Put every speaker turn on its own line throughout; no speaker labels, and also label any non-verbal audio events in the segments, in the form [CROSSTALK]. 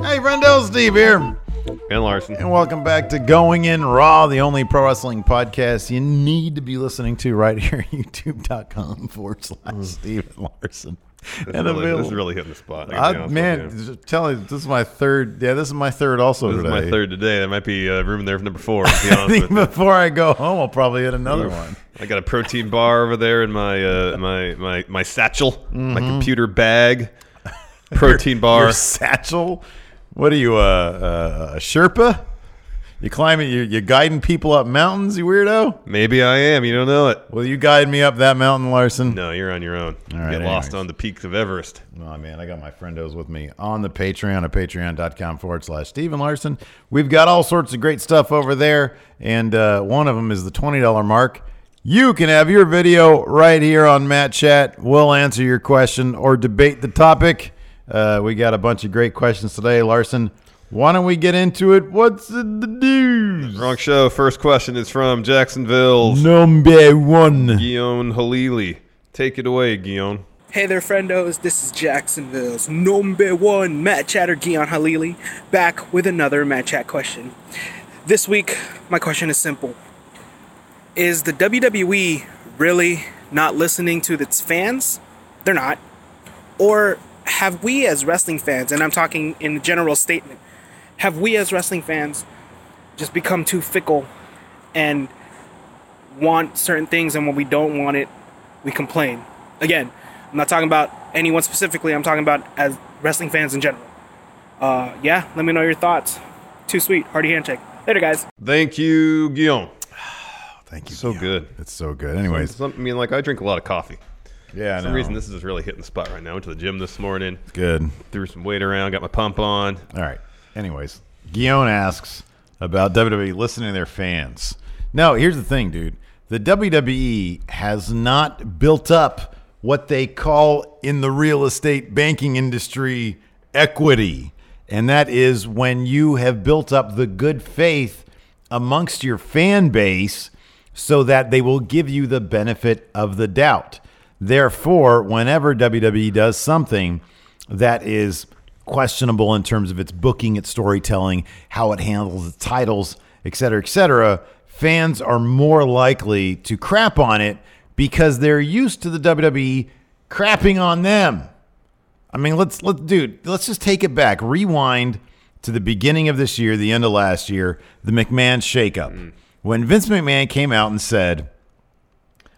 Hey, Brendel, Steve here,
Ben Larson.
and welcome back to Going In Raw, the only pro wrestling podcast you need to be listening to right here at [LAUGHS] youtube.com forward slash Steven Larson.
Mm. This, really, this is really hitting the spot. I gotta be
I,
honest
man,
with you.
just tell you, this is my third. Yeah, this is my third also
this is
today.
my third today. There might be uh, room in there for number four. To
[LAUGHS]
be
I
honest
think
with you.
before I go home, I'll probably hit another
Oof.
one.
I got a protein bar over there in my uh, my my my satchel, my
Mm-hmm.
computer
[LAUGHS]
bag, protein bar.
Your satchel? What are you, uh, uh, a Sherpa? You climbing? You you guiding people up mountains? You weirdo.
Maybe I am. You don't know it.
Will you guide me up that mountain, Larson?
No, you're on your own.
All right,
Get lost
anyways.
on the peaks of Everest.
Oh man, I got my friendos with me on the Patreon at patreon.com forward slash Steven Larson. We've got all sorts of great stuff over there, and uh, one of them is the $20 mark. You can have your video right here on Matt Chat. We'll answer your question or debate the topic. Uh, we got a bunch of great questions today, Larson. Why don't we get into it? What's in the news?
Wrong show. First question is from Jacksonville's
Number one.
Guion Halili. Take it away, Guion.
Hey there, friendos. This is Jacksonville's number one Matt Chatter, Gion Halili, back with another Matt Chat question. This week, my question is simple Is the WWE really not listening to its fans? They're not. Or have we, as wrestling fans, and I'm talking in a general statement, have we, as wrestling fans, just become too fickle and want certain things, and when we don't want it, we complain. Again, I'm not talking about anyone specifically. I'm talking about as wrestling fans in general. Uh, yeah, let me know your thoughts. Too sweet. Hearty handshake. Later, guys.
Thank you, Guion.
[SIGHS] Thank you.
So
Guillaume.
good.
It's so good. Anyways,
Some, I mean, like I drink a lot of coffee.
yeah, I
For some
know.
reason, this is just really hitting the spot right now. Went to the gym this morning,
good.
threw some weight around, got my pump on.
All right. Anyways, Guion asks about WWE listening to their fans. No, here's the thing, dude. The WWE has not built up what they call in the real estate banking industry equity. And that is when you have built up the good faith amongst your fan base so that they will give you the benefit of the doubt. Therefore, whenever WWE does something that is questionable in terms of its booking, its storytelling, how it handles its titles, et cetera, et cetera, fans are more likely to crap on it because they're used to the WWE crapping on them. I mean, let's let dude, let's just take it back. Rewind to the beginning of this year, the end of last year, the McMahon shakeup.
Mm.
When Vince McMahon came out and said, uh,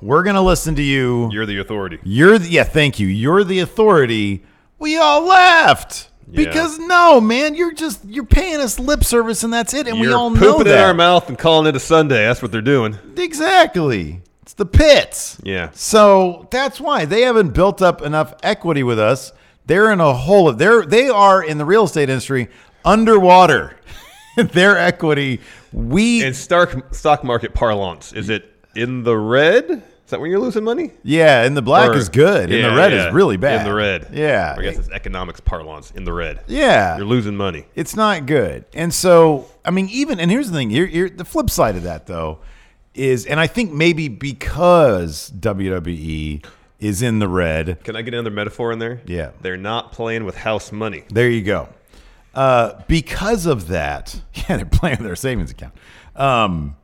we're gonna listen to you.
You're the authority.
You're the, yeah, thank you. You're the authority. We all left.
Yeah.
Because no, man, you're just you're paying us lip service and that's it. And we
You're
all know
pooping
that.
in our mouth and calling it a Sunday. That's what they're doing.
Exactly. It's the pits.
Yeah.
So that's why they haven't built up enough equity with us. They're in a hole of they're they are in the real estate industry underwater. [LAUGHS] Their equity, we
In stark stock market parlance, is it in the red? Is that when you're losing money?
yeah, and the black
Or-
is good, and
Yeah,
the red
yeah.
is really bad.
In the red.
yeah,
I guess it's economics parlance. In the red.
yeah.
You're losing money.
It's not good. And so, I mean, even and here's the thing: you're, you're, the flip side of that, though, is and I think maybe because WWE is in the red,
Can I get another metaphor in there?
Yeah.
They're not playing with house money.
there you go. Uh, because of that, [LAUGHS] yeah, they're playing with their savings account. Um,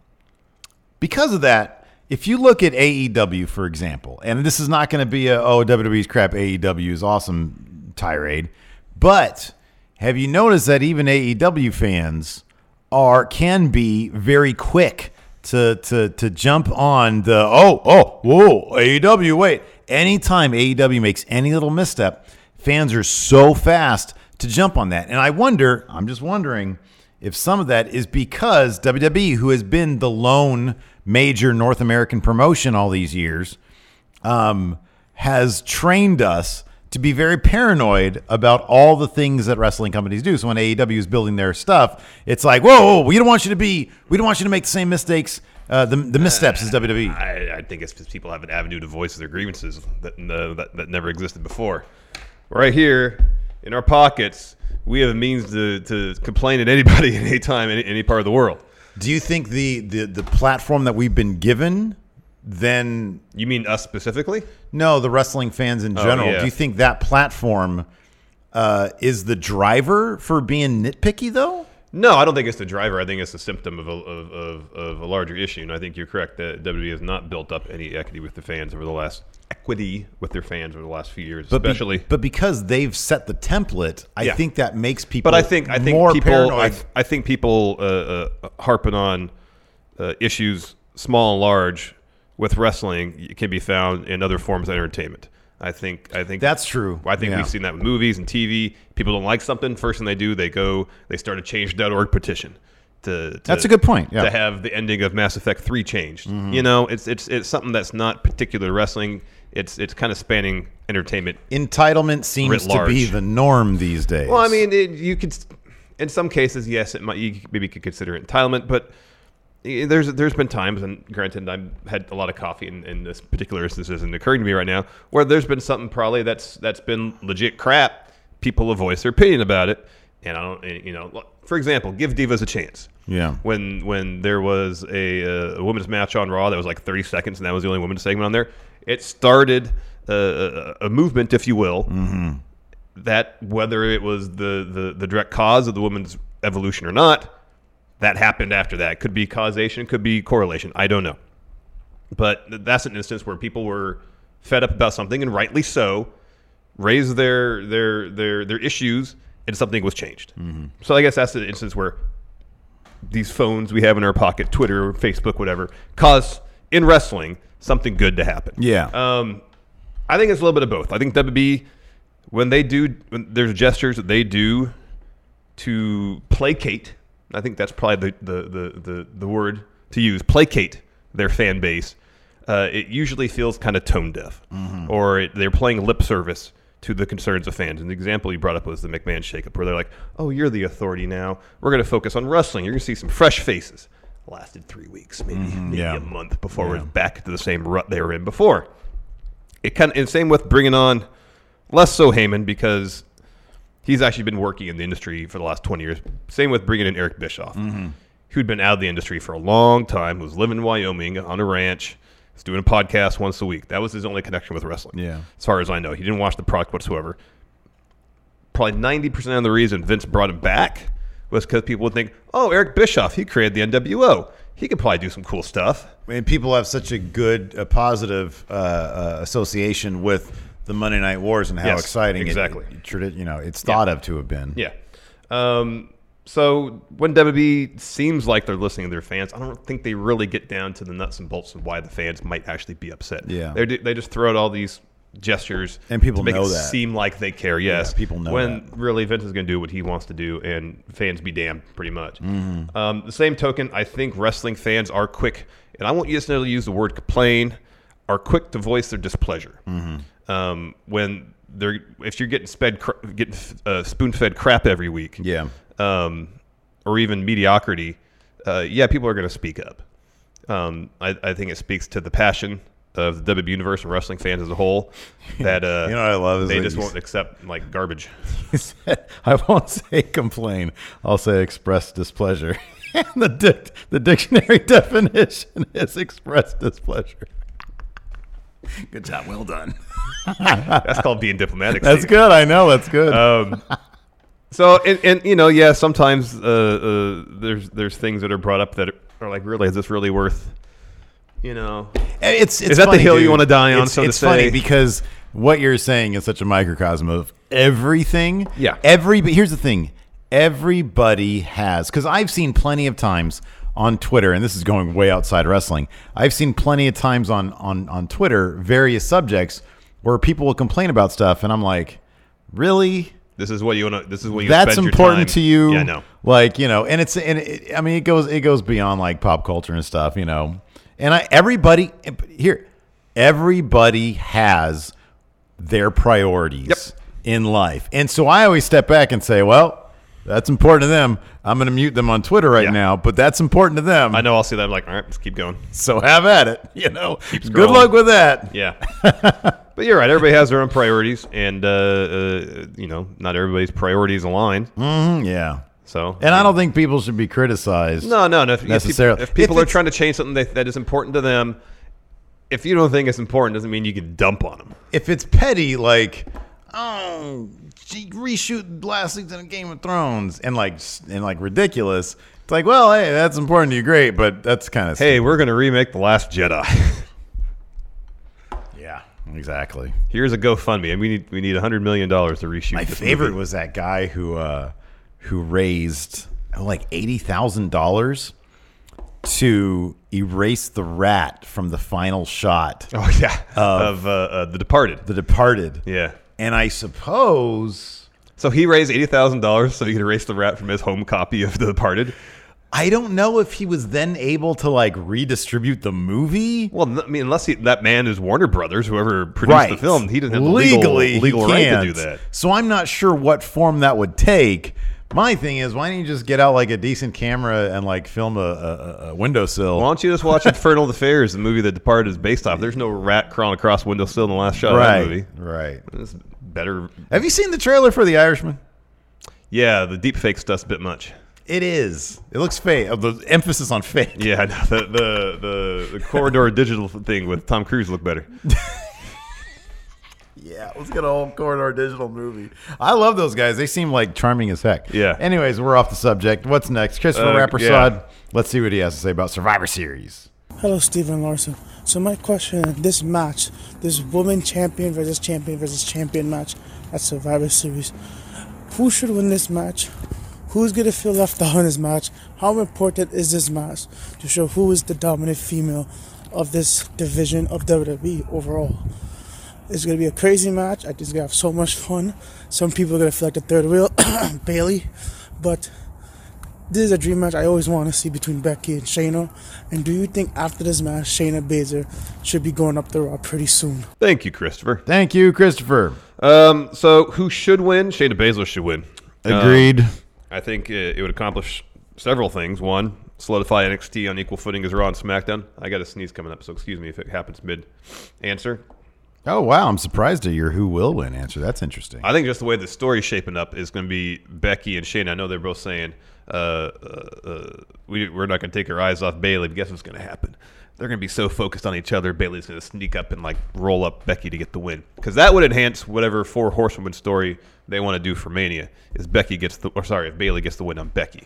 because of that, if you look at AEW, for example, and this is not going to be a, oh, WWE's crap, AEW is awesome tirade, but have you noticed that even AEW fans are, can be very quick to, to, to jump on the, oh, oh, whoa, AEW, wait. Anytime AEW makes any little misstep, fans are so fast to jump on that. And I wonder, I'm just wondering, if some of that is because WWE, who has been the lone major North American promotion all these years, um, has trained us to be very paranoid about all the things that wrestling companies do. So when AEW is building their stuff, it's like, whoa, whoa we don't want you to be, we don't want you to make the same mistakes, uh, the, the missteps as E. WWE.
I, I think it's because people have an avenue to voice their grievances that, no, that that never existed before. Right here in our pockets, we have a means to, to complain at anybody [LAUGHS] at any time, any, any part of the world.
Do you think the, the the platform that we've been given, then
You mean us specifically? Oh,
no, the wrestling fans in general,
yeah.
do you think that platform uh, is the driver for being nitpicky though?
No, I don't think it's the driver. I think it's a symptom of a, of, of, of a larger issue. And I think you're correct that WWE has not built up any equity with the fans over the last equity with their fans over the last few years,
be-
especially.
but because they've set the template, I
Yeah.
think that makes people.
But I think I think
more
people I,
paranoid.
I think people uh, uh, harping on uh, issues small and large with wrestling can be found in other forms of entertainment. I think I think
That's true.
I think
Yeah.
we've seen that with movies and TV. People don't like something. First thing they do, they go they start a change.org petition. To, to-
That's a good point, yeah. Mm-hmm.
To have the ending of Mass Effect Three changed, you know, it's it's it's something that's not particular to wrestling. It's it's kind of spanning entertainment
Entitlement seems
Writ
to be
large.
the norm these days.
well, I mean, it, you could, in some cases, yes, it might. You maybe could consider it entitlement, but eh, there's there's been times, and granted, I've had a lot of coffee, and, and this particular instance isn't occurring to me right now, where there's been something probably that's that's been legit crap. People have voiced their opinion about it, and I don't, and, you know, look, for example, give divas a chance.
Yeah.
When when there was a, uh, a women's match on Raw that was like 30 seconds, and that was the only women's segment on there, it started. Uh, a a movement, if you will, that whether it was the, the, the direct cause of the woman's evolution or not, that happened after that. Could be causation, could be correlation. I don't know. But th- that's an instance where people were fed up about something, and rightly so, raised their their their their issues, and something was changed. So I guess that's the instance where these phones we have in our pocket, Twitter, Facebook, whatever, cause in wrestling something good to happen.
yeah.
Um, I think it's a little bit of both. I think WB, when they do, when there's gestures that they do to placate. I think that's probably the the the the, the word to use. Placate their fan base. Uh, it usually feels kind of tone deaf, or it, they're playing lip service to the concerns of fans. And the example you brought up was the McMahon shakeup, where they're like, "Oh, you're the authority now. We're going to focus on wrestling. You're going to see some fresh faces." Lasted three weeks, maybe, maybe
Mm-hmm, yeah.
a month before we're back to the same rut they were in before it kind of and same with bringing on less so Heyman because he's actually been working in the industry for the last 20 years. Same with bringing in Eric
Mm-hmm.
Bischoff, who'd been out of the industry for a long time, was living in Wyoming on a ranch, was doing a podcast once a week. That was his only connection with wrestling.
Yeah.
As far as I know, he didn't watch the product whatsoever. Probably 90% of the reason Vince brought him back was because people would think, oh, Eric Bischoff, he created the NWO. He could probably do some cool stuff.
I mean, people have such a good, a positive uh, uh, association with the Monday Night Wars and how
Yes,
exciting it-
exactly.
it, tradi- you know, it's thought of to have been. [LAUGHS]
Yeah. Um, so when WWE seems like they're listening to their fans, I don't think they really get down to the nuts and bolts of why the fans might actually be upset.
Yeah.
They they just throw out all these gestures
And people
to make
know
it
that.
seem like they care. Yes,
Yeah, people know
when really Vince is going to do what he wants to do, and fans be damned pretty much.
Mm-hmm.
Um, the same token, I think wrestling fans are quick, and I won't necessarily use the word complain, are quick to voice their displeasure
Mm-hmm.
um, when they're if you're getting sped cr- getting uh, spoon fed crap every week,
Yeah.
um, or even mediocrity, uh, yeah, people are going to speak up. Um, I, I think it speaks to the passion of the WWE universe and wrestling fans as a
[LAUGHS]
whole that uh,
You know what I love is
they
that
just
you-
won't accept like garbage.
I won't say complain. I'll say express displeasure. [LAUGHS] and the dic- the dictionary [LAUGHS] definition is express displeasure. Good job. Well done.
[LAUGHS] That's called being diplomatic.
That's
Steve.
good. I know. That's good.
Um, So and, and you know yeah sometimes uh, uh, there's there's things that are brought up that are like really is this really worth you know
It's, it's
Is that the
funny,
hill you
dude.
wanna die on,
It's,
so to
it's funny
say?
because what you're saying is such a microcosm of everything.
Yeah.
Every but here's the thing: everybody has because I've seen plenty of times on Twitter, and this is going way outside wrestling. I've seen plenty of times on on on Twitter various subjects where people will complain about stuff, and I'm like, really?
this is what you want to this is what you
that's
spend your
important
time-
to you.
yeah I know
Like you know, and it's and it, I mean it goes it goes beyond like pop culture and stuff. You know, and I everybody here everybody has their priorities in life. And so I always step back and say, well, that's important to them. I'm going to mute them on Twitter right
Yeah.
now, but that's important to them.
I know I'll see that. I'm like, all right, let's keep going.
So have at it. [LAUGHS] You know, good
scrolling.
luck with that.
Yeah. but you're right. Everybody has their own priorities, and uh, uh, you know, not everybody's priorities align.
Mhm, yeah.
So,
And I don't think people should be criticized.
no, no, no. If, if peop-
Necessarily.
if people
If
are
it's-
trying to change something that, that is important to them, if you don't think it's important, doesn't mean you can dump on them.
If it's petty, like, oh, she reshoot last season of Game of Thrones and like s- and like ridiculous. It's like, well, hey, that's important to you, great, but that's kind of
Hey, we're gonna remake the Last Jedi. [LAUGHS]
yeah, exactly.
Here's a GoFundMe, and we need we need hundred million dollars to reshoot.
My
this
favorite
movie.
was that guy who uh, who raised oh, like eighty thousand dollars to erase the rat from the final shot,
Oh yeah, of uh, uh, the Departed.
The Departed.
yeah.
And I suppose
So he raised eighty thousand dollars so he could erase the rat from his home copy of The Departed.
I don't know if he was then able to like redistribute the movie.
Well, n- I mean, unless he, that man is Warner Brothers, whoever produced the film, he didn't have the legal,
legally he
legal right to
can't.
do that.
So I'm not sure what form that would take. My thing is, why don't you just get out like a decent camera and like film a, a, a- a windowsill?
Why don't you just
[LAUGHS]
watch Infernal Affairs, the movie that Departed is based off? There's no rat crawling across window sill in the last shot
right,
of that movie.
right.
It's better.
Have you seen the trailer for The Irishman?
Yeah, the deep fake stuff's a bit much.
It is. It looks fake. Uh, The emphasis on fake.
Yeah, I know, the, the the the corridor [LAUGHS] digital thing with Tom Cruise looked better.
Yeah, let's get a whole corridor digital movie. I love those guys. They seem like charming as heck.
Yeah.
Anyways, we're off the subject. What's next? Christopher
Uh,
Rappersod.
yeah.
Let's see what he has to say about Survivor Series.
Hello, Stephen Larson. So my question: This match, this woman champion versus champion versus champion match at Survivor Series, who should win this match? Who's gonna feel left out in this match? How important is this match to show who is the dominant female of this division of WWE overall? It's gonna be a crazy match. I think it's gonna have so much fun. Some people are gonna feel like the third wheel, [COUGHS] Bailey, but this is a dream match I always want to see between Becky and Shayna. And do you think after this match, Shayna Baszler should be going up the Raw pretty soon?
Thank you, Christopher.
Thank you, Christopher.
Um, so who should win? Shayna Baszler should win. Um,
Agreed.
I think uh, it would accomplish several things. One, solidify NXT on equal footing as Raw and SmackDown. I got a sneeze coming up, so excuse me if it happens mid answer.
oh wow, I'm surprised at your who will win answer. That's interesting.
I think just the way the story's shaping up is going to be Becky and Shane. I know they're both saying uh, uh, uh, we, we're not going to take our eyes off Bailey. But guess what's going to happen? They're going to be so focused on each other. Bailey's going to sneak up and like roll up Becky to get the win because that would enhance whatever four horsewoman story they want to do for Mania. Is Becky gets the or sorry if Bailey gets the win on Becky.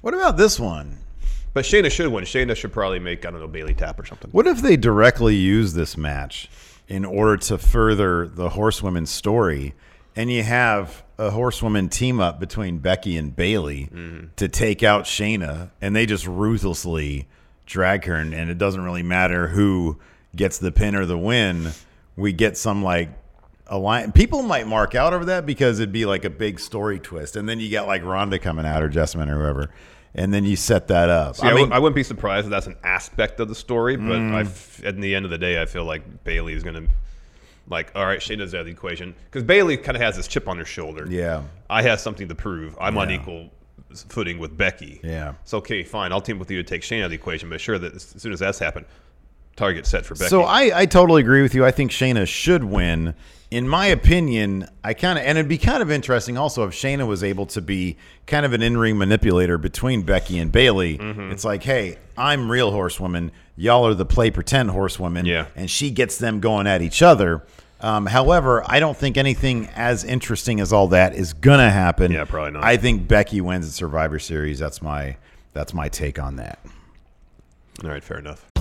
what about this one?
But Shayna should win. Shayna should probably make I don't know Bailey tap or something.
What if they directly use this match in order to further the horsewoman story and you have a horsewoman team up between Becky and Bailey
Mm-hmm.
to take out Shayna and they just ruthlessly drag her and, and it doesn't really matter who gets the pin or the win. We get some like alliance. People might mark out over that because it'd be like a big story twist. And then you got like Rhonda coming out or Jessamine or whoever. And then you set that up.
See, I, wou- I wouldn't be surprised if that's an aspect of the story, but
Mm.
I f at the end of the day, I feel like Bailey is going to, like, all right, Shayna's out of the equation. Because Bailey kind of has this chip on her shoulder.
Yeah.
I have something to prove. I'm on equal s- footing with Becky.
Yeah.
So, okay, fine. I'll team with you to take Shayna out of the equation, but sure, that as soon as that's happened, target set for Becky.
So I, I totally agree with you. I think Shayna should win. In my opinion, I kind of, and it'd be kind of interesting also if Shayna was able to be kind of an in ring manipulator between Becky and Bailey.
Mm-hmm.
It's like, hey, I'm real horsewoman. Y'all are the play pretend horsewoman.
Yeah.
And she gets them going at each other. Um, however, I don't think anything as interesting as all that is going to happen.
Yeah, probably not.
I think Becky wins at Survivor Series. That's my. That's my take on that.
all right, fair enough.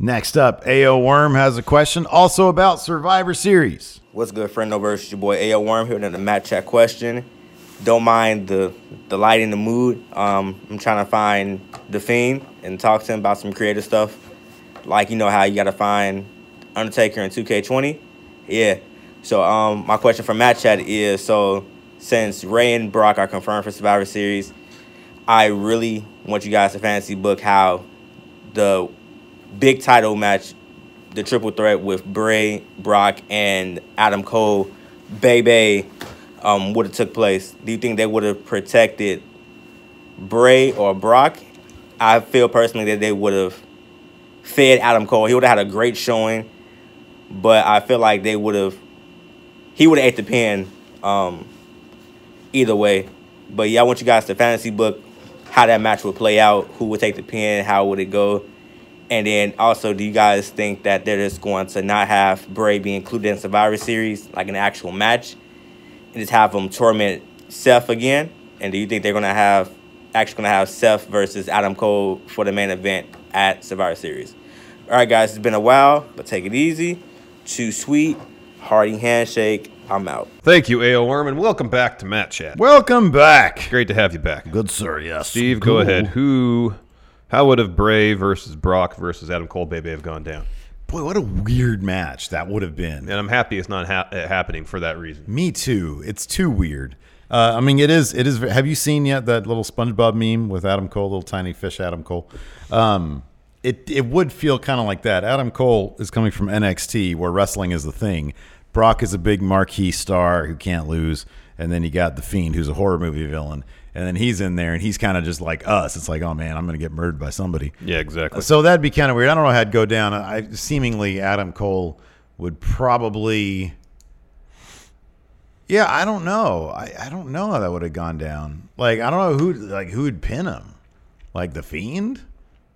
Next up, AO Worm has a question also about Survivor Series.
What's good, friend? Over it's your boy AO Worm here with another Matt Chat question. Don't mind the the light and the mood. Um, I'm trying to find the fiend and talk to him about some creative stuff, like you know how you gotta find Undertaker in 2K20. Yeah. So um, my question for Matt Chat is: so since Ray and Brock are confirmed for Survivor Series, I really want you guys to fantasy book how the big title match, the triple threat with Bray, Brock, and Adam Cole, Bebe, um, would have took place. Do you think they would have protected Bray or Brock? I feel personally that they would have fed Adam Cole. He would have had a great showing, but I feel like they would have. He would have ate the pin. Um, either way, but yeah, I want you guys to fantasy book how that match would play out, who would take the pin, how would it go. And then also, do you guys think that they're just going to not have Bray be included in Survivor Series, like an actual match, and just have him torment Seth again? And do you think they're gonna have actually gonna have Seth versus Adam Cole for the main event at Survivor Series? All right, guys, it's been a while, but take it easy. Too sweet, hearty handshake. I'm out.
Thank you, AO Worm, and welcome back to Matt Chat.
Welcome back.
Great to have you back.
Good sir, yes.
Steve, go ahead. Who, how would have Bray versus Brock versus Adam Cole Bebe have gone down?
Boy, what a weird match that would have been.
And I'm happy it's not ha- uh, happening for that reason.
Me too. It's too weird. Uh, I mean, it is. It is. Have you seen yet that little SpongeBob meme with Adam Cole, little tiny fish Adam Cole? Um, it it would feel kind of like that. Adam Cole is coming from NXT, where wrestling is the thing. Brock is a big marquee star who can't lose, and then you got the Fiend, who's a horror movie villain, and then he's in there, and he's kind of just like us. It's like, oh man, I'm gonna get murdered by somebody.
Yeah, exactly.
So that'd be kind of weird. I don't know how it'd go down. I seemingly Adam Cole would probably. Yeah, I don't know. I, I don't know how that would have gone down. Like I don't know who like who'd pin him. Like the Fiend,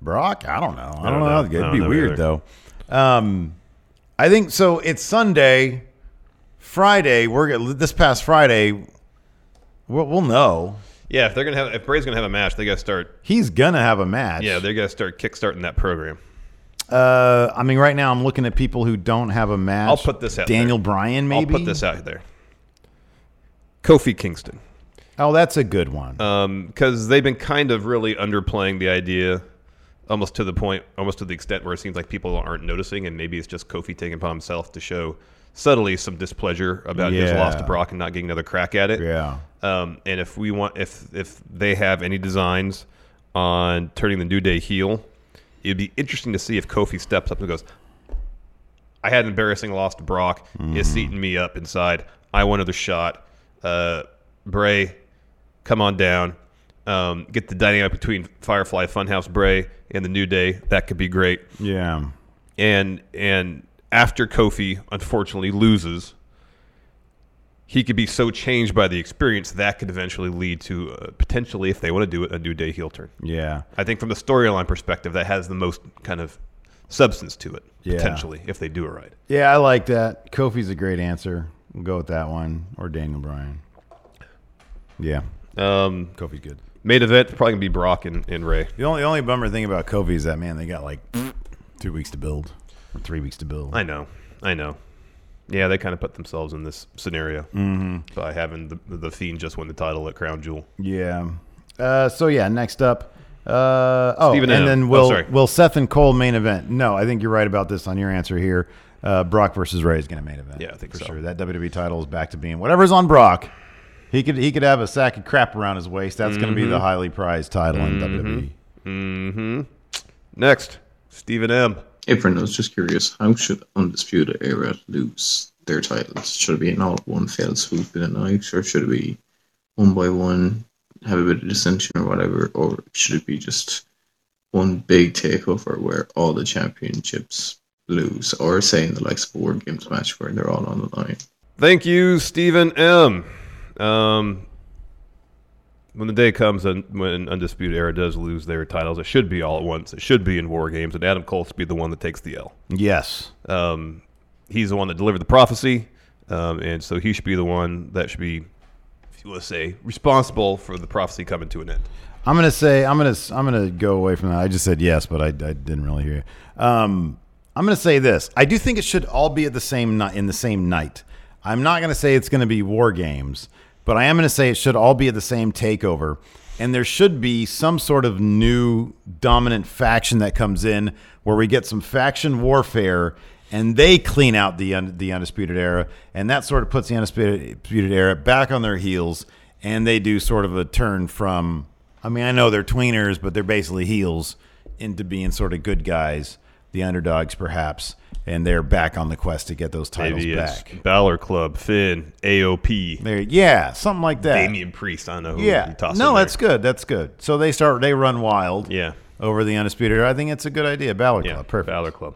Brock. I don't know. I don't, know. how- It'd
I don't
be
know
weird
either.
though. Um, I think so. It's Sunday, Friday. We're gonna- this past Friday. We'll, we'll know
Yeah, if they're gonna have, if Bray's gonna have a match, they gotta start.
he's gonna have a match.
Yeah, they gotta start kickstarting that program.
Uh, I mean, right now I'm looking at people who don't have a match.
I'll put this out.
Daniel
there.
Bryan, maybe.
I'll put this out there. Kofi Kingston,
Oh, that's a good one.
because Um, they've been kind of really underplaying the idea, almost to the point, almost to the extent where it seems like people aren't noticing, and maybe it's just Kofi taking it upon himself to show subtly some displeasure about his
Yeah.
loss to Brock and not getting another crack at it.
yeah.
Um, and if we want, if if they have any designs on turning the New Day heel, it'd be interesting to see if Kofi steps up and goes, "I had an embarrassing loss to Brock.
Mm-hmm.
It's eating me up inside. I want another shot. Uh, Bray, come on down. Um, get the dynamic between Firefly Funhouse Bray and the New Day. That could be great.
Yeah.
And and after Kofi unfortunately loses." he could be so changed by the experience that could eventually lead to uh, potentially, if they want to do it, a new day heel turn.
Yeah.
I think from the storyline perspective, that has the most kind of substance to it
Yeah.
potentially if they do it right.
Yeah, I like that. Kofi's a great answer. We'll go with that one or Daniel Bryan. Yeah.
Um,
Kofi's good.
main event probably gonna be Brock and, and Ray.
The only the only bummer thing about Kofi is that man, they got like two weeks to build or three weeks to build.
I know, I know. Yeah, they kind of put themselves in this scenario
Mm.
mm-hmm. by having the the Fiend just win the title at Crown Jewel.
Yeah. Uh, so yeah, next up. Uh, oh,
Stephen
and
Adam.
then
Oh,
will
sorry.
will Seth and Cole main event? No, I think you're right about this on your answer here. Uh, Brock versus Ray is going to main event.
Yeah, I think
for
so.
sure. That WWE title is back to being whatever's on Brock. He could he could have a sack of crap around his waist. That's going to
Mm-hmm.
be the highly prized title in E. WWE.
Mm-hmm. Next, Stephen M.
Hey, friend, I was just curious. How should Undisputed Era lose their titles? Should it be an all one fail swoop in a night, or should it be one by one, have a bit of dissension or whatever, or should it be just one big takeover where all the championships lose, or say in the likes of a War Games match where they're all on the line?
Thank you, Stephen M. Um, when the day comes and when Undisputed Era does lose their titles, it should be all at once. It should be in War Games, and Adam Cole should be the one that takes the L.
Yes.
Um, he's the one that delivered the prophecy, um, and so he should be the one that should be, if you want to say, responsible for the prophecy coming to an end.
I'm gonna say I'm gonna I'm gonna go away from that. I just said yes, but I, I didn't really hear. You. Um, I'm gonna say this. I do think it should all be at the same night in the same night. I'm not gonna say it's gonna be war games, but I am gonna say it should all be at the same takeover, and there should be some sort of new dominant faction that comes in where we get some faction warfare. And they clean out the un- the undisputed era, and that sort of puts the undisputed era back on their heels, and they do sort of a turn from I mean, I know they're tweeners, but they're basically heels into being sort of good guys, the underdogs perhaps, and they're back on the quest to get those titles
Maybe it's
back.
Balor Club, Finn, AOP,
There, yeah, something like that.
Damian Priest. I don't know. Who
yeah,
you toss in
no,
there.
that's good. That's good. So they start, they run wild.
Yeah.
over the undisputed. Era. I think it's a good idea. Balor
yeah.
Club, perfect.
Balor Club.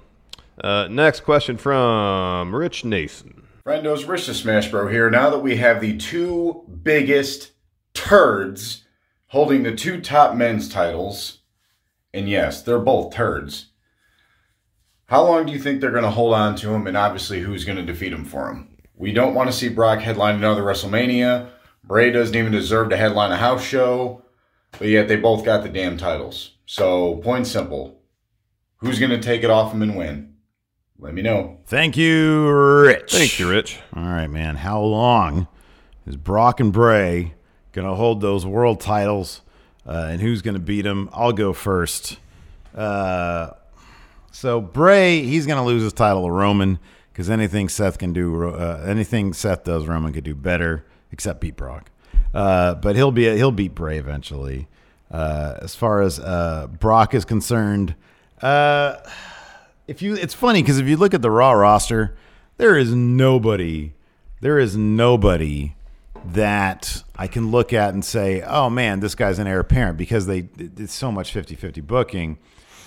Uh, next question from Rich Nason.
Friendos, Rich the Smash Bro here. Now that we have the two biggest turds holding the two top men's titles, and yes, they're both turds, how long do you think they're going to hold on to them, and obviously who's going to defeat them for them? We don't want to see Brock headline another WrestleMania. Bray doesn't even deserve to headline a house show, but yet they both got the damn titles. So, point simple who's going to take it off them and win? Let me know.
Thank you, Rich.
Thank you, Rich.
All right, man. How long is Brock and Bray going to hold those world titles uh, and who's going to beat them? I'll go first. Uh, so Bray, he's going to lose his title to Roman because anything Seth can do, uh, anything Seth does, Roman could do better, except beat Brock. Uh, but he'll be he'll beat Bray eventually. Uh, as far as uh, Brock is concerned, uh, if you it's funny because if you look at the raw roster there is nobody there is nobody that i can look at and say oh man this guy's an heir apparent because they it's so much 50-50 booking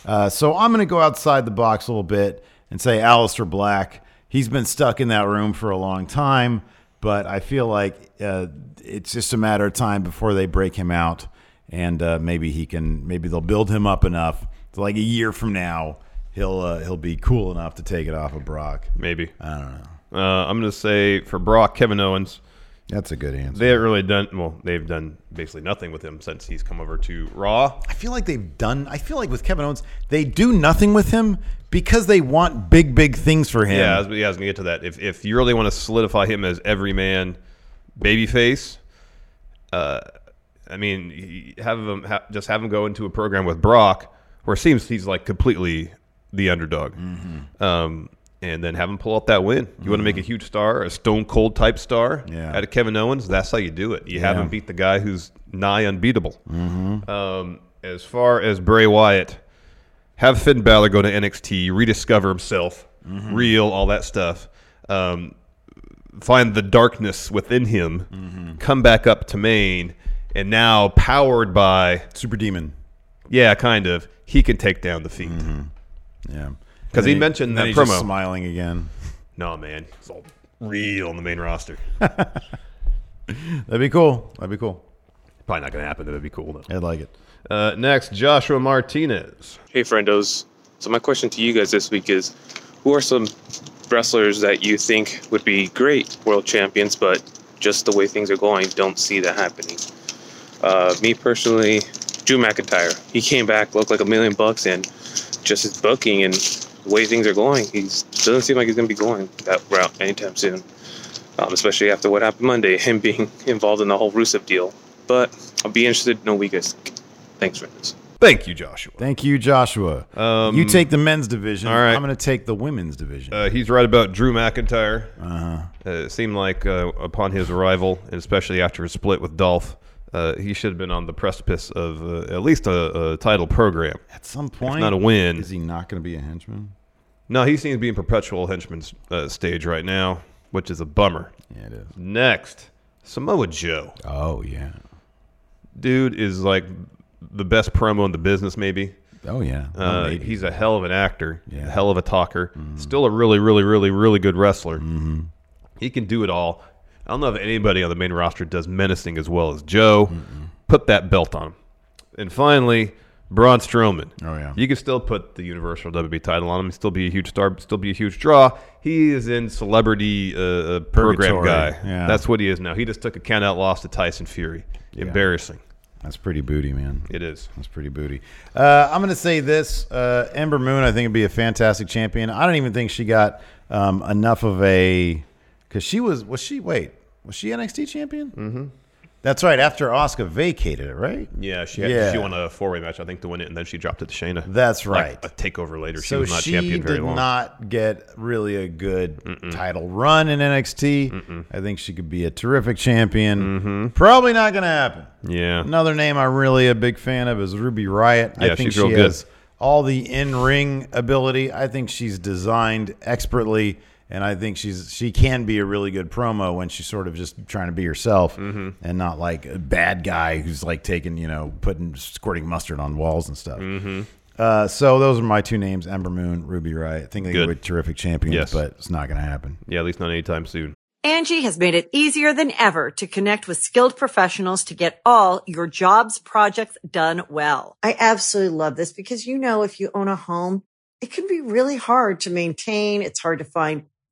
uh, so i'm going to go outside the box a little bit and say Alistair black he's been stuck in that room for a long time but i feel like uh, it's just a matter of time before they break him out and uh, maybe he can maybe they'll build him up enough to like a year from now he'll uh, he'll be cool enough to take it off of Brock.
Maybe.
I don't know.
Uh, I'm going to say for Brock, Kevin Owens.
That's a good answer.
They haven't really done well. They've done basically nothing with him since he's come over to Raw.
I feel like they've done. I feel like with Kevin Owens, they do nothing with him because they want big big things for him.
Yeah, I was, yeah, I was gonna get to that. If if you really want to solidify him as everyman babyface, uh, I mean, he- have him ha- just have him go into a program with Brock, where it seems he's like completely the underdog,
Mm-hmm.
um, and then have him pull out that win. You want to make a huge star, a Stone Cold type star,
Yeah.
out of Kevin Owens. That's how you do it. You have
Yeah. Mm-hmm.
him beat the guy who's nigh unbeatable. Um, as far as Bray Wyatt have Finn Balor go to NXT, rediscover himself,
Mm-hmm.
real, all that stuff. Um, find the darkness within him,
Mm-hmm.
come back up to Maine, and now powered by,
Super Demon.
yeah, kind of, he can take down the feet.
Mm-hmm. Yeah,
'Cause
And
he
then
mentioned
then
that
he's just
promo.
smiling again.
No, man, it's all real on the main roster. [LAUGHS]
That'd be cool. That'd be cool.
Probably not going to happen, but it'd be cool, though.
I'd like it.
Uh, next, Joshua Martinez.
Hey, friendos. So, my question to you guys this week is who are some wrestlers that you think would be great world champions, but just the way things are going, don't see that happening? Uh, me personally, Drew McIntyre. He came back, looked like a million bucks, and just his booking and the way things are going, he doesn't seem like he's going to be going that route anytime soon. Um, especially after what happened Monday, him [LAUGHS] being involved in the whole Rusev deal. But I'll be interested to know what you guys. think. Thanks, friendos.
Thank you, Joshua.
Thank you, Joshua.
Um,
you take the men's division.
all right.
I'm going to take the women's division.
Uh, he's right about Drew McIntyre.
Uh-huh.
Uh, it seemed like uh, upon his arrival, and especially after his split with Dolph, uh, he should have been on the precipice of uh, at least a, a title program.
At some point,
not a win.
Is he not going to be a henchman?
No, he seems to be in perpetual henchman's uh, stage right now, which is a bummer.
Yeah, it is.
Next, Samoa Joe.
Oh yeah.
Dude is like the best promo in the business, maybe.
Oh yeah.
Uh,
Maybe.
he's a hell of an actor,
Yeah. Mm-hmm.
a hell of a talker, still a really, really, really, really good wrestler. Mm-hmm. He can do it all. I don't know if anybody on the main roster does menacing as well as Joe. Put that belt on him. And finally, Braun Strowman.
Oh, yeah.
You can still put the Universal WB title on him. He'd still be a huge star, still be a huge draw. He is in celebrity uh, uh, program
Purgatory.
guy.
Yeah.
That's what he is now. He just took a count out loss to Tyson Fury. Embarrassing.
That's pretty booty, man.
It is.
That's pretty booty. Uh, I'm going to say this: uh, Ember Moon, I think, would be a fantastic champion. I don't even think she got um, enough of a because she was was she wait was she NXT champion? Mm-hmm. That's right. After Oscar vacated it, right?
Yeah, she had, she won a four way match, I think, to win it, and then she dropped it to Shayna.
That's
Like
right.
a takeover later. she
so
was not
she
champion very
did
long.
not get really a good title run in NXT. I think she could be a terrific champion. Probably not going to happen.
Mm-hmm. yeah.
Another name I'm really a big fan of is Ruby Riot. I
Yeah,
think
she's
she
real good.
has all the in-ring ability. I think she's designed expertly, and I think she's she can be a really good promo when she's sort of just trying to be herself
Mm-hmm.
and not like a bad guy who's like taking you know putting squirting mustard on walls and stuff.
Mm-hmm.
Uh, so those are my two names: Ember Moon, Ruby Riot. I think they
Good.
were terrific champions,
Yes.
but it's not going to happen.
Yeah, at least not anytime soon.
Angie has made it easier than ever to connect with skilled professionals to get all your jobs projects done well. I absolutely love this because, you know, if you own a home, it can be really hard to maintain. It's hard to find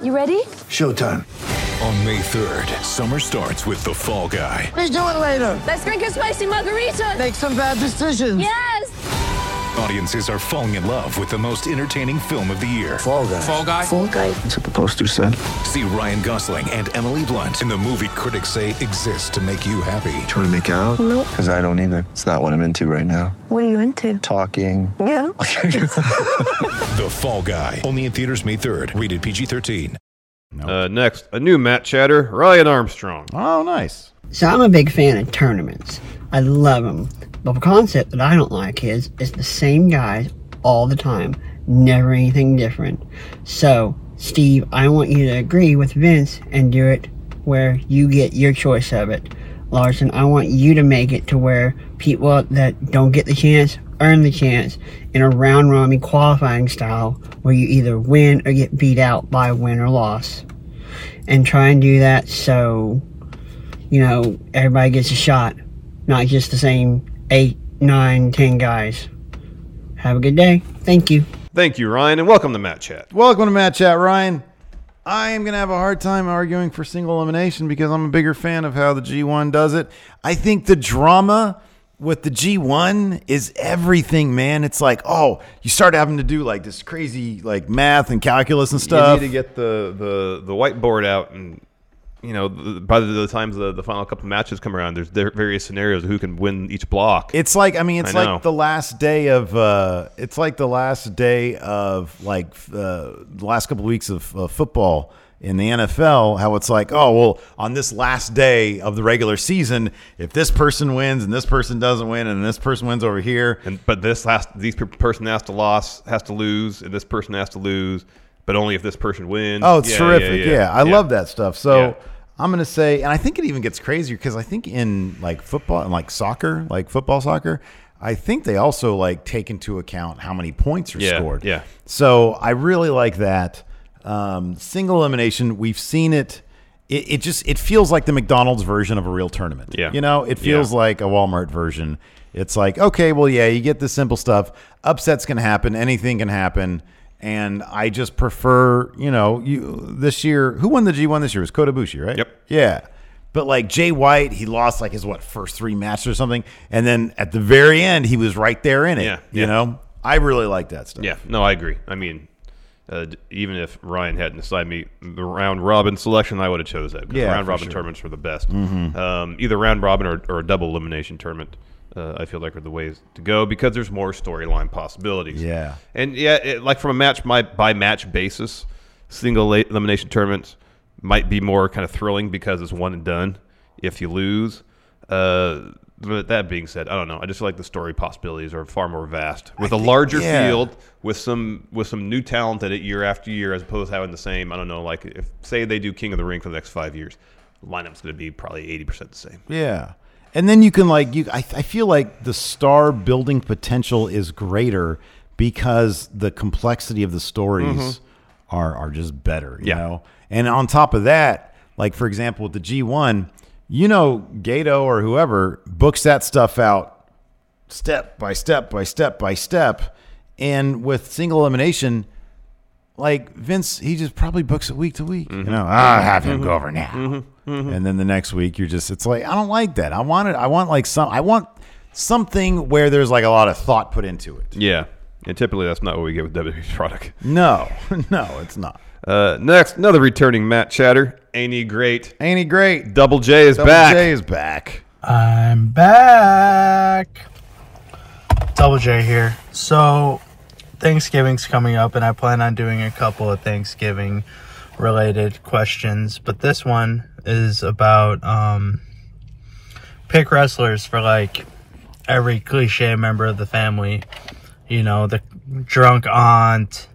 You ready?
Showtime. On May 3rd, summer starts with The Fall Guy.
Let's do it later. Let's drink a spicy margarita. Make some bad decisions. Yes.
Audiences are falling in love with the most entertaining film of the year. Fall Guy. Fall Guy.
Fall guy.
That's what the poster said. See Ryan Gosling and Emily Blunt in the movie critics say exists to make you happy.
Trying to make it out?
Nope.
Because I don't either. It's not what I'm into right now.
What are you into?
Talking.
[LAUGHS]
Yeah.
The Fall Guy. Only in theaters May 3rd. Rated PG 13.
Uh, next, a new Matt Chatter, Ryan Armstrong.
Oh, nice.
So I'm a big fan of tournaments. I love them. But the concept that I don't like is it's the same guys all the time, never anything different. So, Steve, I want you to agree with Vince and do it where you get your choice of it. Larson, I want you to make it to where people that don't get the chance earn the chance in a round robin qualifying style where you either win or get beat out by win or loss. And try and do that so you know, everybody gets a shot, not just the same eight, nine, ten guys. Have a good day. Thank you.
Thank you, Ryan, and welcome to Matt Chat.
Welcome to Matt Chat, Ryan. I am going to have a hard time arguing for single elimination because I'm a bigger fan of how the G1 does it. I think the drama with the G1 is everything, man. It's like, oh, you start having to do like this crazy like math and calculus and
You
stuff.
need to get the, the, the whiteboard out, and you know, the, by the, the time the, the final couple matches come around, there's there various scenarios of who can win each block.
It's like I mean, it's
I know.
like the last day of. Uh, it's like the last day of like uh, the last couple weeks of uh, football. in the NFL how it's like, oh, well, on this last day of the regular season, if this person wins and this person doesn't win and this person wins over here,
and but this last these pe- person has to loss has to lose, and this person has to lose, but only if this person wins.
Oh, it's
Yeah,
terrific. Yeah, I love that stuff. So
Yeah.
I'm going to say, and I think it even gets crazier because I think in like football and like soccer, like football soccer, I think they also like take into account how many points are
Yeah,
scored.
yeah.
So I really like that. Um, single elimination, we've seen it. It, it just it feels like the McDonald's version of a real tournament.
Yeah.
You know, it feels
Yeah.
like a Walmart version. It's like, okay, well, yeah, you get the simple stuff. Upsets can happen, anything can happen. And I just prefer, you know, you this year, who won the G1 this year? It was Kotobushi, right? Yep. Yeah. But like Jay White, he lost like his what first three matches or something. And then at the very end, he was right there in it.
Yeah,
You
yeah.
know? I really like that stuff.
Yeah, no, I agree. I mean, uh, d- even if Ryan hadn't assigned me the round robin selection, I would have chose that. 'cause
Yeah,
round
for
robin
sure.
tournaments were the best.
Mhm.
Um, either round robin or, or a double elimination tournament, uh, I feel like are the ways to go because there's more storyline possibilities.
Yeah.
and yeah, it, like from a match my, by match basis, single la- elimination tournaments might be more kind of thrilling because it's one and done. If you lose. Uh, but that being said, I don't know. I just feel like the story possibilities are far more vast with a
think-
larger
yeah.
field with some with some new talent at it year after year, as opposed to having the same. I don't know, like if say they do King of the Ring for the next five years, lineup's going to be probably eighty percent the same.
Yeah. And then you can like you I, I feel like the star building potential is greater because the complexity of the stories
Mhm.
are are just better, you
Yeah.
know. And on top of that, like for example with the G1, you know Gato or whoever books that stuff out step by step by step by step and with single elimination like Vince, he just probably books it week to week.
Mm-hmm.
You know, I'll have him go over now. And then the next week, you're just, it's like, I don't like that. I want it. I want like some, I want something where there's like a lot of thought put into it.
Yeah, and typically that's not what we get with WWE's product.
No, [LAUGHS] no, it's not.
Uh, next, another returning Matt Chatter. Ain't he great?
Ain't he great?
Double J is
Double
back.
J is back.
I'm back. Double J here. So, Thanksgiving's coming up, and I plan on doing a couple of Thanksgiving related questions, but this one is about um, pick wrestlers for like every cliche member of the family. You know, the drunk aunt,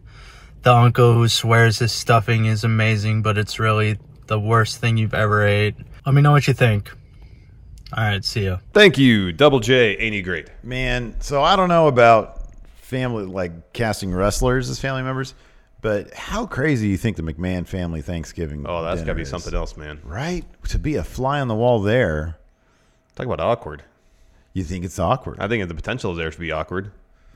the uncle who swears his stuffing is amazing, but it's really the worst thing you've ever ate. Let me know what you think. All right, see ya.
Thank you, Double J. Ain't he great?
Man, so I don't know about family, like casting wrestlers as family members, but how crazy you think the McMahon family Thanksgiving
Oh, that's got to
dinner
be
is.
something else, man.
Right? To be a fly on the wall there.
Talk about awkward.
You think it's awkward?
I think the potential is there to be awkward.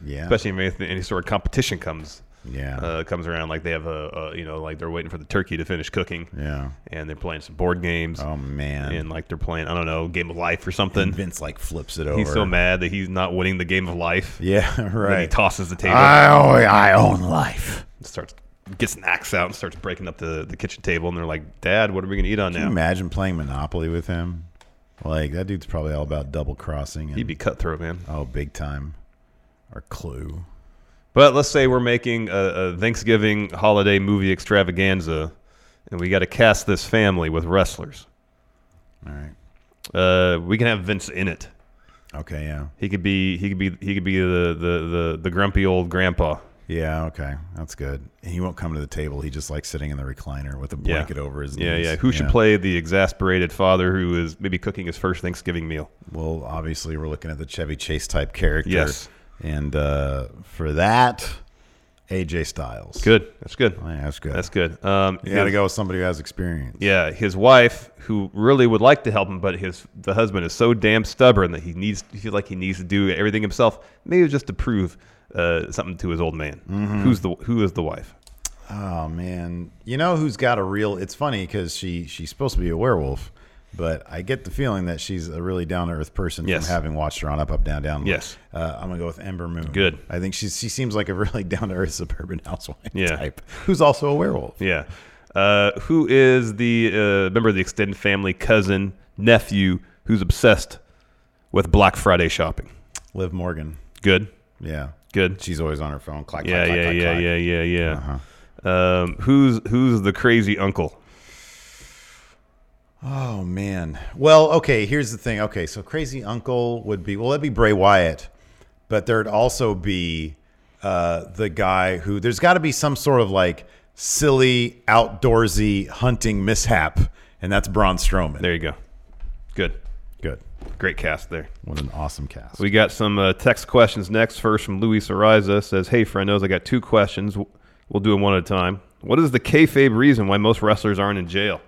Yeah.
Especially if anything- any sort of competition comes.
Yeah.
Uh, comes around like they have a, a you know like they're waiting for the turkey to finish cooking.
Yeah.
And they're playing some board games.
Oh man.
And like they're playing I don't know game of life or something.
And Vince like flips it
He's so
over.
mad that he's not winning the game of life.
Yeah, [LAUGHS]
And then he
right.
tosses the table.
I own- I own life.
Starts gets an axe out and starts breaking up the, the kitchen table and they're like, Dad, what are we gonna eat on
Can
now?
you imagine playing Monopoly with him? Like that dude's probably all about double crossing. And,
He'd be cutthroat, man.
Oh, big time. Or Clue.
But let's say we're making a, a Thanksgiving holiday movie extravaganza, and we got to cast this family with wrestlers.
All right.
Uh, we can have Vince in it.
Okay, yeah.
He could be. He could be. He could be the the the, the grumpy old grandpa.
Yeah, okay, that's good. And he won't come to the table. He's just like sitting in the recliner with a blanket over his
yeah,
knees.
yeah. Who should play the exasperated father who is maybe cooking his first Thanksgiving meal?
Well, obviously, we're looking at the Chevy Chase type character.
Yes.
And uh, for that, AJ Styles.
Good. That's good.
that's good.
That's good. Um,
uh, You got to
his-
go with somebody who has experience.
Yeah, his wife, who really would like to help him, but his the husband is so damn stubborn that he needs he feels like he needs to do everything himself. Maybe just to prove uh, something to his old man.
Mhm.
Who's the who is the wife?
Oh man, you know who's got a real? It's funny because she she's supposed to be a werewolf, but I get the feeling that she's a really down to earth person
Yes.
from having watched her on Up Up Down Down.
Yes.
uh, I'm gonna go with Ember Moon.
Good.
I think she she seems like a really [LAUGHS] down to earth suburban housewife
Yeah.
type who's also a werewolf.
Yeah. Uh, who is the uh, member of the extended family, cousin, nephew, who's obsessed with Black Friday shopping?
Liv Morgan.
Good.
Yeah.
Good.
She's always on her phone. Clack.
Yeah,
clack,
yeah,
clack, Uh-huh.
yeah,
clack.
yeah, yeah, yeah. Um, who's who's the crazy uncle?
Oh man. Well, okay. Here's the thing. Okay, so Crazy Uncle would be well, that'd be Bray Wyatt, but there'd also be uh, the guy who there's got to be some sort of like silly outdoorsy hunting mishap, and that's Braun Strowman. There
you go. Good.
Good.
Great cast there.
What an awesome cast.
We got some uh, text questions next. First from Luis Ariza says, "Hey, friendos, I got two questions. We'll do them one at a time. What is the kayfabe reason why most wrestlers aren't in jail?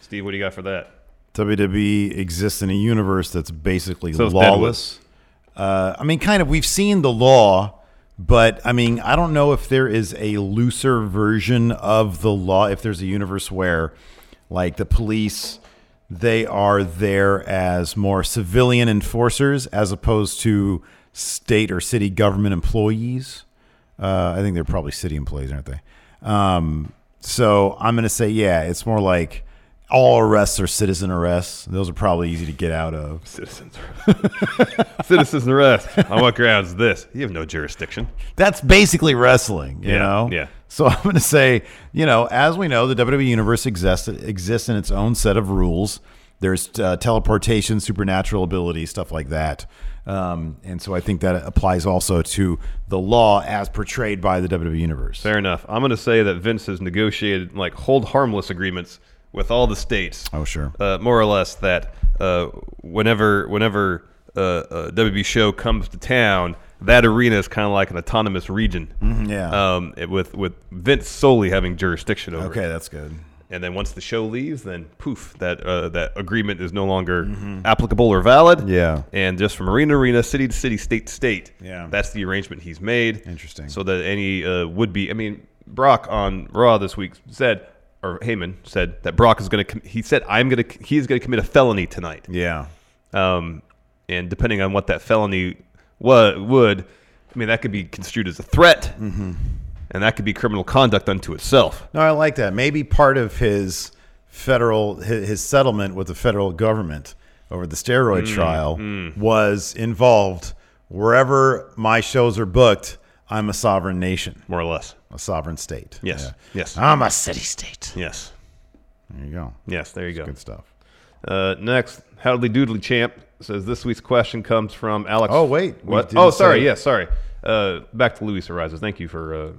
Steve, what do you got for that?
WWE E exists in a universe that's basically
So it's
lawless. Uh, I mean, kind of. We've seen the law, but I mean, I don't know if there is a looser version of the law. If there's a universe where, like, the police, they are there as more civilian enforcers as opposed to state or city government employees. Uh, I think they're probably city employees, aren't they? Um, so I'm going to say, yeah, it's more like all arrests are citizen arrests. Those are probably easy to get out of.
Citizens arrest. Citizens arrest. On what grounds? This. You have no jurisdiction.
That's basically wrestling, you
Yeah,
know?
yeah.
So [LAUGHS] I'm going to say, you know, as we know, the WWE Universe exists, exists in its own set of rules. There's uh, teleportation, supernatural ability, stuff like that. Um, and so I think that applies also to the law as portrayed by the WWE Universe.
Fair enough. I'm going to say that Vince has negotiated like hold harmless agreements with all the states.
Oh, sure.
Uh, more or less that uh, whenever whenever uh, uh, WB show comes to town, that arena is kind of like an autonomous region.
Mhm, yeah.
Um, it- with with Vince solely having jurisdiction over.
Okay,
it.
that's good.
And then once the show leaves, then poof, that uh, that agreement is no longer
Mm-hmm.
applicable or valid.
Yeah.
And just from arena to arena, city to city, state to state.
Yeah.
That's the arrangement he's made.
Interesting.
So that any uh, would be, I mean, Brock on Raw this week said, or Heyman said that Brock is going to. Com- he said, "I'm going to. He's going to commit a felony tonight."
Yeah.
Um, and depending on what that felony wa- would, I mean, that could be construed as a threat, mm-hmm. and that could be criminal conduct unto itself.
No, I like that. Maybe part of his federal his, his settlement with the federal government over the steroid
Mm,
trial was involved. Wherever my shows are booked, I'm a sovereign nation,
more or less,
a sovereign state.
Yes. Yes.
I'm a city state.
Yes.
There you go.
Yes, there you go.
Good stuff.
Uh, next, Howdy Doodly Champ says this week's question comes from Alex.
Oh, wait, we
what?
didn't
Oh, sorry.
say-
Yes, sorry. Uh, back to Luis Ariza. Thank you for uh,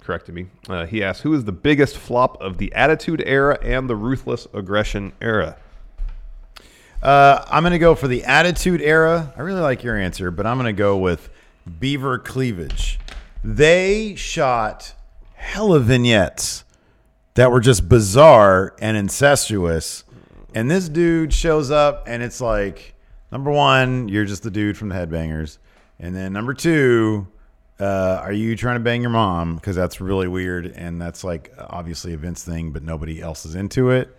correcting me. Uh, he asks, "Who is the biggest flop of the Attitude Era and the Ruthless Aggression Era?"
Uh, I'm going to go for the Attitude Era. I really like your answer, but I'm going to go with Beaver Cleavage. They shot hella vignettes that were just bizarre and incestuous. And this dude shows up, and it's like, number one, you're just the dude from the Headbangers. And then number two, uh, are you trying to bang your mom? Because that's really weird. And that's like obviously a Vince thing, but nobody else is into it.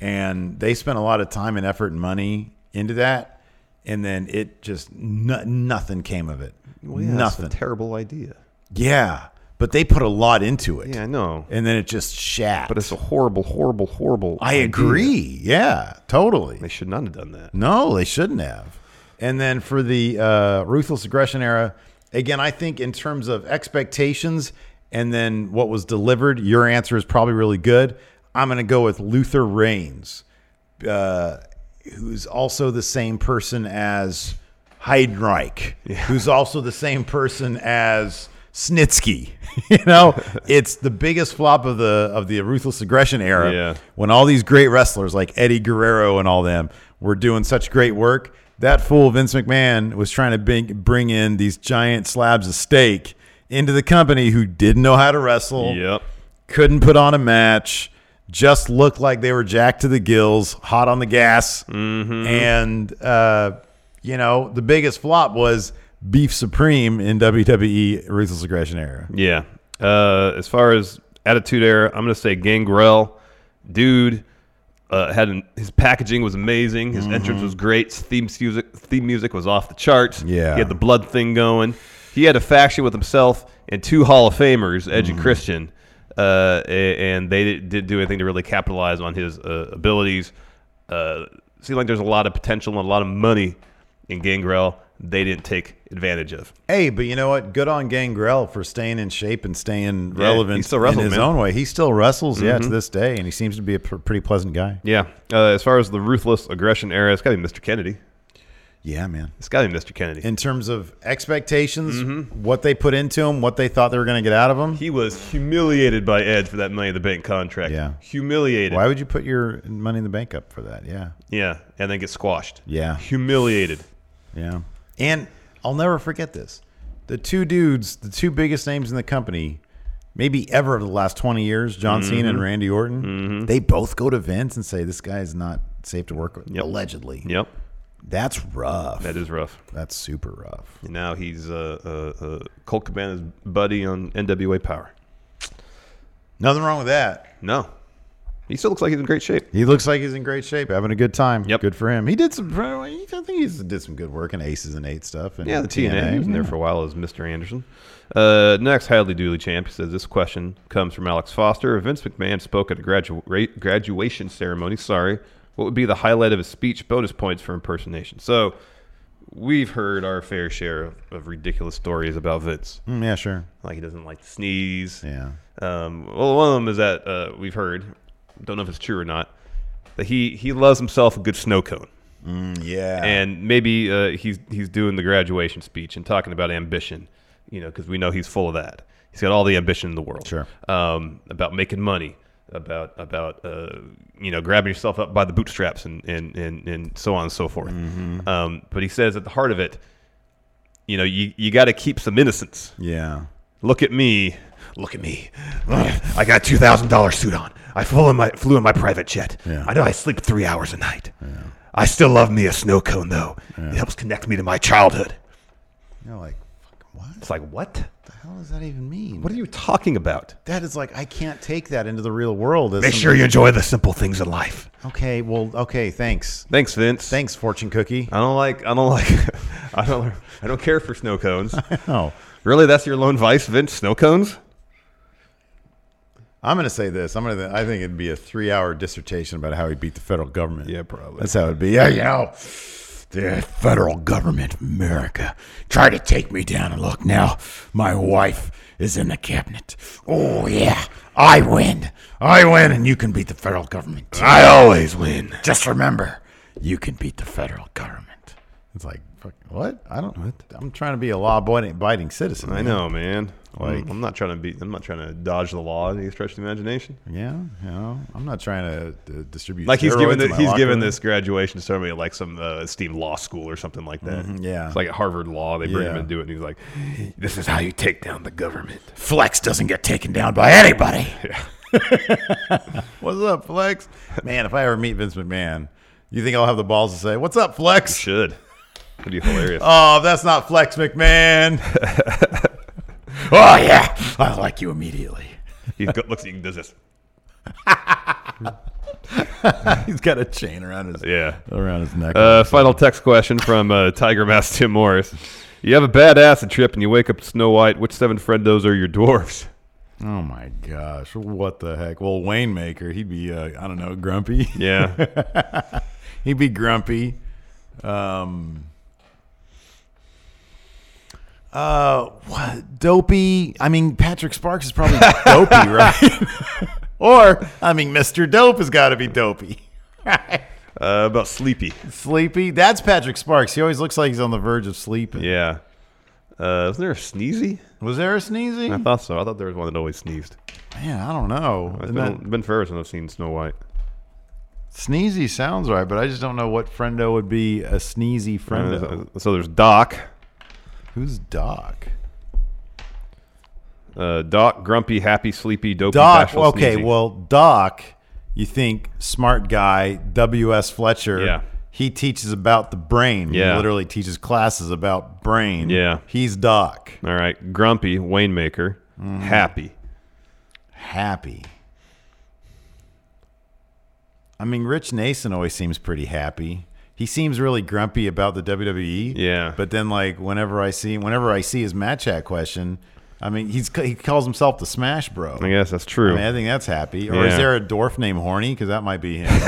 And they spent a lot of time and effort and money into that. And then it just, no, nothing came of it. nothing.
terrible idea.
Yeah. But they put a lot into it.
Yeah, I know.
And then it just shat. But
it's a horrible, horrible, horrible.
I
idea.
agree. Yeah, totally.
They should not have done that.
No, they shouldn't have. And then for the uh, ruthless aggression era, again, I think in terms of expectations and then what was delivered, your answer is probably really good. I'm going to go with Luther Reigns, uh, who's also the same person as Heidenreich, who's also the same person as Snitsky. [LAUGHS] you know, it's the biggest flop of the of the ruthless aggression era
Yeah.
when all these great wrestlers like Eddie Guerrero and all them were doing such great work, that fool Vince McMahon was trying to bring, bring in these giant slabs of steak into the company who didn't know how to wrestle,
Yep.
couldn't put on a match, just looked like they were jacked to the gills, hot on the gas.
Mm-hmm.
And, uh, you know, the biggest flop was Beef Supreme in WWE Ruthless Aggression Era.
Yeah. Uh, as far as attitude error, I'm gonna say Gangrel, dude. Uh, had an, his packaging was amazing. His entrance was great. His theme music theme music was off the charts.
Yeah.
he had the blood thing going. He had a faction with himself and two Hall of Famers, Edge and Christian, uh, a- and they didn't, didn't do anything to really capitalize on his uh, abilities. Uh, seemed like there's a lot of potential and a lot of money and Gangrel they didn't take advantage of.
Hey, but you know what? Good on Gangrel for staying in shape and staying
Yeah,
relevant
he still wrestles,
in his
man.
own way. He still wrestles, yeah, to
Mhm.
this day, and he seems to be a pr- pretty pleasant guy.
Yeah. Uh, as far as the ruthless aggression era, it's got to be Mr. Kennedy.
Yeah, man.
It's got to be Mr. Kennedy. Mm-hmm.
In terms of expectations, what they put into him, what they thought they were going to get out of him.
He was humiliated by Edge for that Money in the Bank contract.
Yeah.
Humiliated.
Why would you put your money in the bank up for that? Yeah.
Yeah. And then get squashed.
Yeah.
Humiliated.
Yeah. And I'll never forget this. The two dudes, the two biggest names in the company, maybe ever over the last 20 years, John Cena and
Mhm.
Randy Orton, they both go to Vince and say, this guy is not safe to work with, allegedly.
Yep.
That's rough.
That is rough.
That's super rough.
And now he's uh, uh, uh, Colt Cabana's buddy on NWA Power.
Nothing wrong with that.
No. He still looks like he's in great shape.
He looks like he's in great shape, having a good time. Yep. Good for him. He did some, I think he did some good work in Aces and Eight stuff. And Mm-hmm.
Yeah, the TNA. He was in there for a while as Mr. Anderson. Uh, next, Hadley Dooley champ says this question comes from Alex Foster. Vince McMahon spoke at a gradu- ra- graduation ceremony. Sorry, what would be the highlight of his speech? Bonus points for impersonation. So, we've heard our fair share of, of ridiculous stories about Vince.
Mm, yeah, sure.
Like he doesn't like to sneeze.
Yeah.
Um, well, one of them is that uh, we've heard. Don't know if it's true or not. That he he loves himself a good snow cone.
Mm, yeah.
And maybe uh, he's he's doing the graduation speech and talking about ambition, you know, because we know he's full of that. He's got all the ambition in the world. Sure. Um, about making money, about about uh, you know grabbing yourself up by the bootstraps and and and, and so on and so forth.
Mm-hmm.
Um, but he says at the heart of it, you know, you you got to keep some innocence.
Yeah.
Look at me. Look at me. [SIGHS] I got a two thousand dollar suit on. I flew in my flew in my private jet.
Yeah.
I know I sleep three hours a night.
I still love me a snow cone, though. It helps connect me to my childhood.
You're like,
It's like what?
what the hell does that even mean?
What are you talking about?
That is like I can't take that into the real world. as
Make
some-
sure you enjoy the simple things in life.
Okay, well, okay, thanks.
Thanks, Vince.
Thanks, fortune cookie.
I don't like. I don't like. [LAUGHS] I don't. I don't care for snow
[LAUGHS]
cones.
know.
Really, that's your lone vice, Vince? Snow cones?
I'm gonna say this. I'm gonna. I think it'd be a three-hour dissertation about how he beat the federal government. Yeah,
probably.
That's how it'd be. Yeah, you know,
The federal government of America tried to take me down, and look now, my wife is in the cabinet. Oh yeah, I win. I win, and you can beat the federal government. too.
I always win.
Just remember, you can beat the federal government.
It's like fuck, what? I don't. I'm trying to be a law-abiding abiding citizen.
I know, man.
Like-
Like, I'm not trying to be. I'm not trying to dodge the law in any stretch of the imagination.
Yeah, you know, I'm not trying to uh, distribute.
Like he's
steroids
given.
in
The,
my
he's
locker
given
room.
this graduation ceremony at like some uh, esteemed law school or something like that.
Mm-hmm,
Mhm, yeah.
It's like at Harvard Law. They bring him
Yeah.
and do it, and he's like,
This is how you take down the
[LAUGHS]
government. Flex doesn't get taken down by anybody.
What's up,
[LAUGHS]
Flex? Man, if I ever meet Vince McMahon, you think I'll have the balls to say, "What's up, Flex"?
should. That'd be hilarious.
[LAUGHS] Oh, that's not Flex
[LAUGHS]
McMahon.
oh yeah, I like you immediately.
He go- looks. He does this.
[LAUGHS] He's got a chain around his
yeah
around his neck.
Uh, final text question from uh, Tiger Mask Tim Morris. You have a bad acid trip and you wake up to Snow White. Which seven friendos are your dwarfs?
Oh my gosh, what the heck? Well, Wayne Maker, he'd be uh, I don't know, grumpy.
Yeah.
[LAUGHS] he'd be grumpy. Um uh what dopey i mean patrick sparks
[LAUGHS]
is probably dopey right or i mean mr dope has got to be dopey [LAUGHS]
Uh, about Sleepy.
sleepy that's patrick sparks he always looks like he's on the verge of sleeping
Yeah. Uh, was there a Sneezy?
Was there a Sneezy?
I thought so. I thought there was one that always sneezed.
man i don't know
It's
Isn't
been,
that-
been forever since I've seen Snow White.
Sneezy sounds right, but I just don't know what friendo would be a sneezy friendo.
Uh, so there's Doc.
Who's Doc?
Uh, Doc, grumpy, happy, sleepy, dopey,
Doc.
bashful,
Okay,
Sneezy.
well, Doc, you think smart guy, W.S. Fletcher.
Yeah.
He teaches about the brain.
Yeah.
He literally teaches classes about brain.
Yeah.
He's Doc. Mm.
All right. Grumpy, Waymaker, happy.
Happy. I mean, Rich Nason always seems pretty happy. He seems really grumpy about the WWE.
Yeah.
But then, like, whenever I see whenever I see his match chat question, I mean, he's he calls himself the Smash Bro.
I guess that's true.
I mean, I think that's happy. Or is
Yeah.
there
[LAUGHS]
a [LAUGHS] dwarf named Horny? Because that might be him.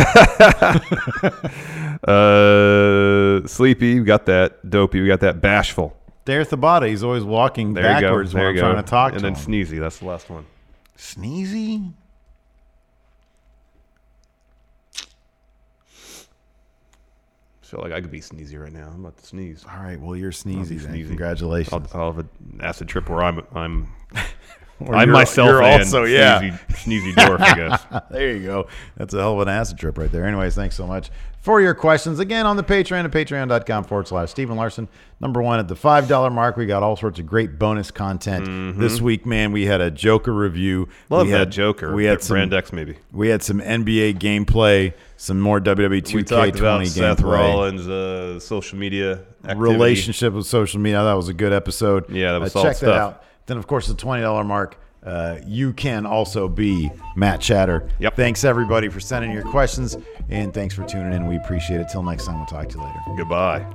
Uh, uh, sleepy. We got that dopey. We got that bashful.
There's the body. He's always walking
There
backwards
you go. There
when I'm
you go.
trying to talk
and
to
then
him.
sneezy. That's the last one.
Sneezy?
feel like I could be sneezy right now. I'm about to sneeze.
All right. Well, you're
I'll be
sneezy. Then. Congratulations.
I'll, I'll have an acid trip where I'm
[LAUGHS]
I'm
Or
I'm
you're-
myself
you're
and
also-
sneezy,
yeah.
sneezy dwarf. I guess.
[LAUGHS] there you go. That's a hell of an acid trip right there. Anyways, thanks so much for your questions. Again, on the Patreon at patreon.com forward slash Stephen Larson. Number one at the $5 mark. We got all sorts of great bonus content.
Mhm.
[LAUGHS] This week, man, we had a Joker review.
Love
we
that
had,
Joker.
We had
Th-
some,
Brand X, maybe.
We had some NBA gameplay, some more E WWE 2K20
we talked about Seth
gameplay.
Rollins' uh, social media activity.
relationship with social media. That was a good episode.
Yeah, that was
uh,
solid
check that
stuff.
out. Then, of course, the twenty dollar mark. Uh, you can also be Matt Chatter. Yep. Thanks everybody for sending your questions and thanks for tuning in. We appreciate it. Till next time, we'll talk to you later.
Goodbye.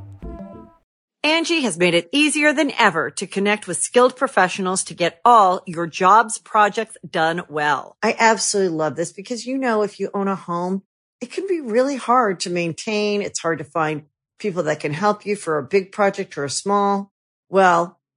Angie has made it easier than ever to connect with skilled professionals to get all your jobs projects done well.
I absolutely love this because, you know, if you own a home, it can be really hard to maintain. It's hard to find people that can help you for a big project or a small. Well,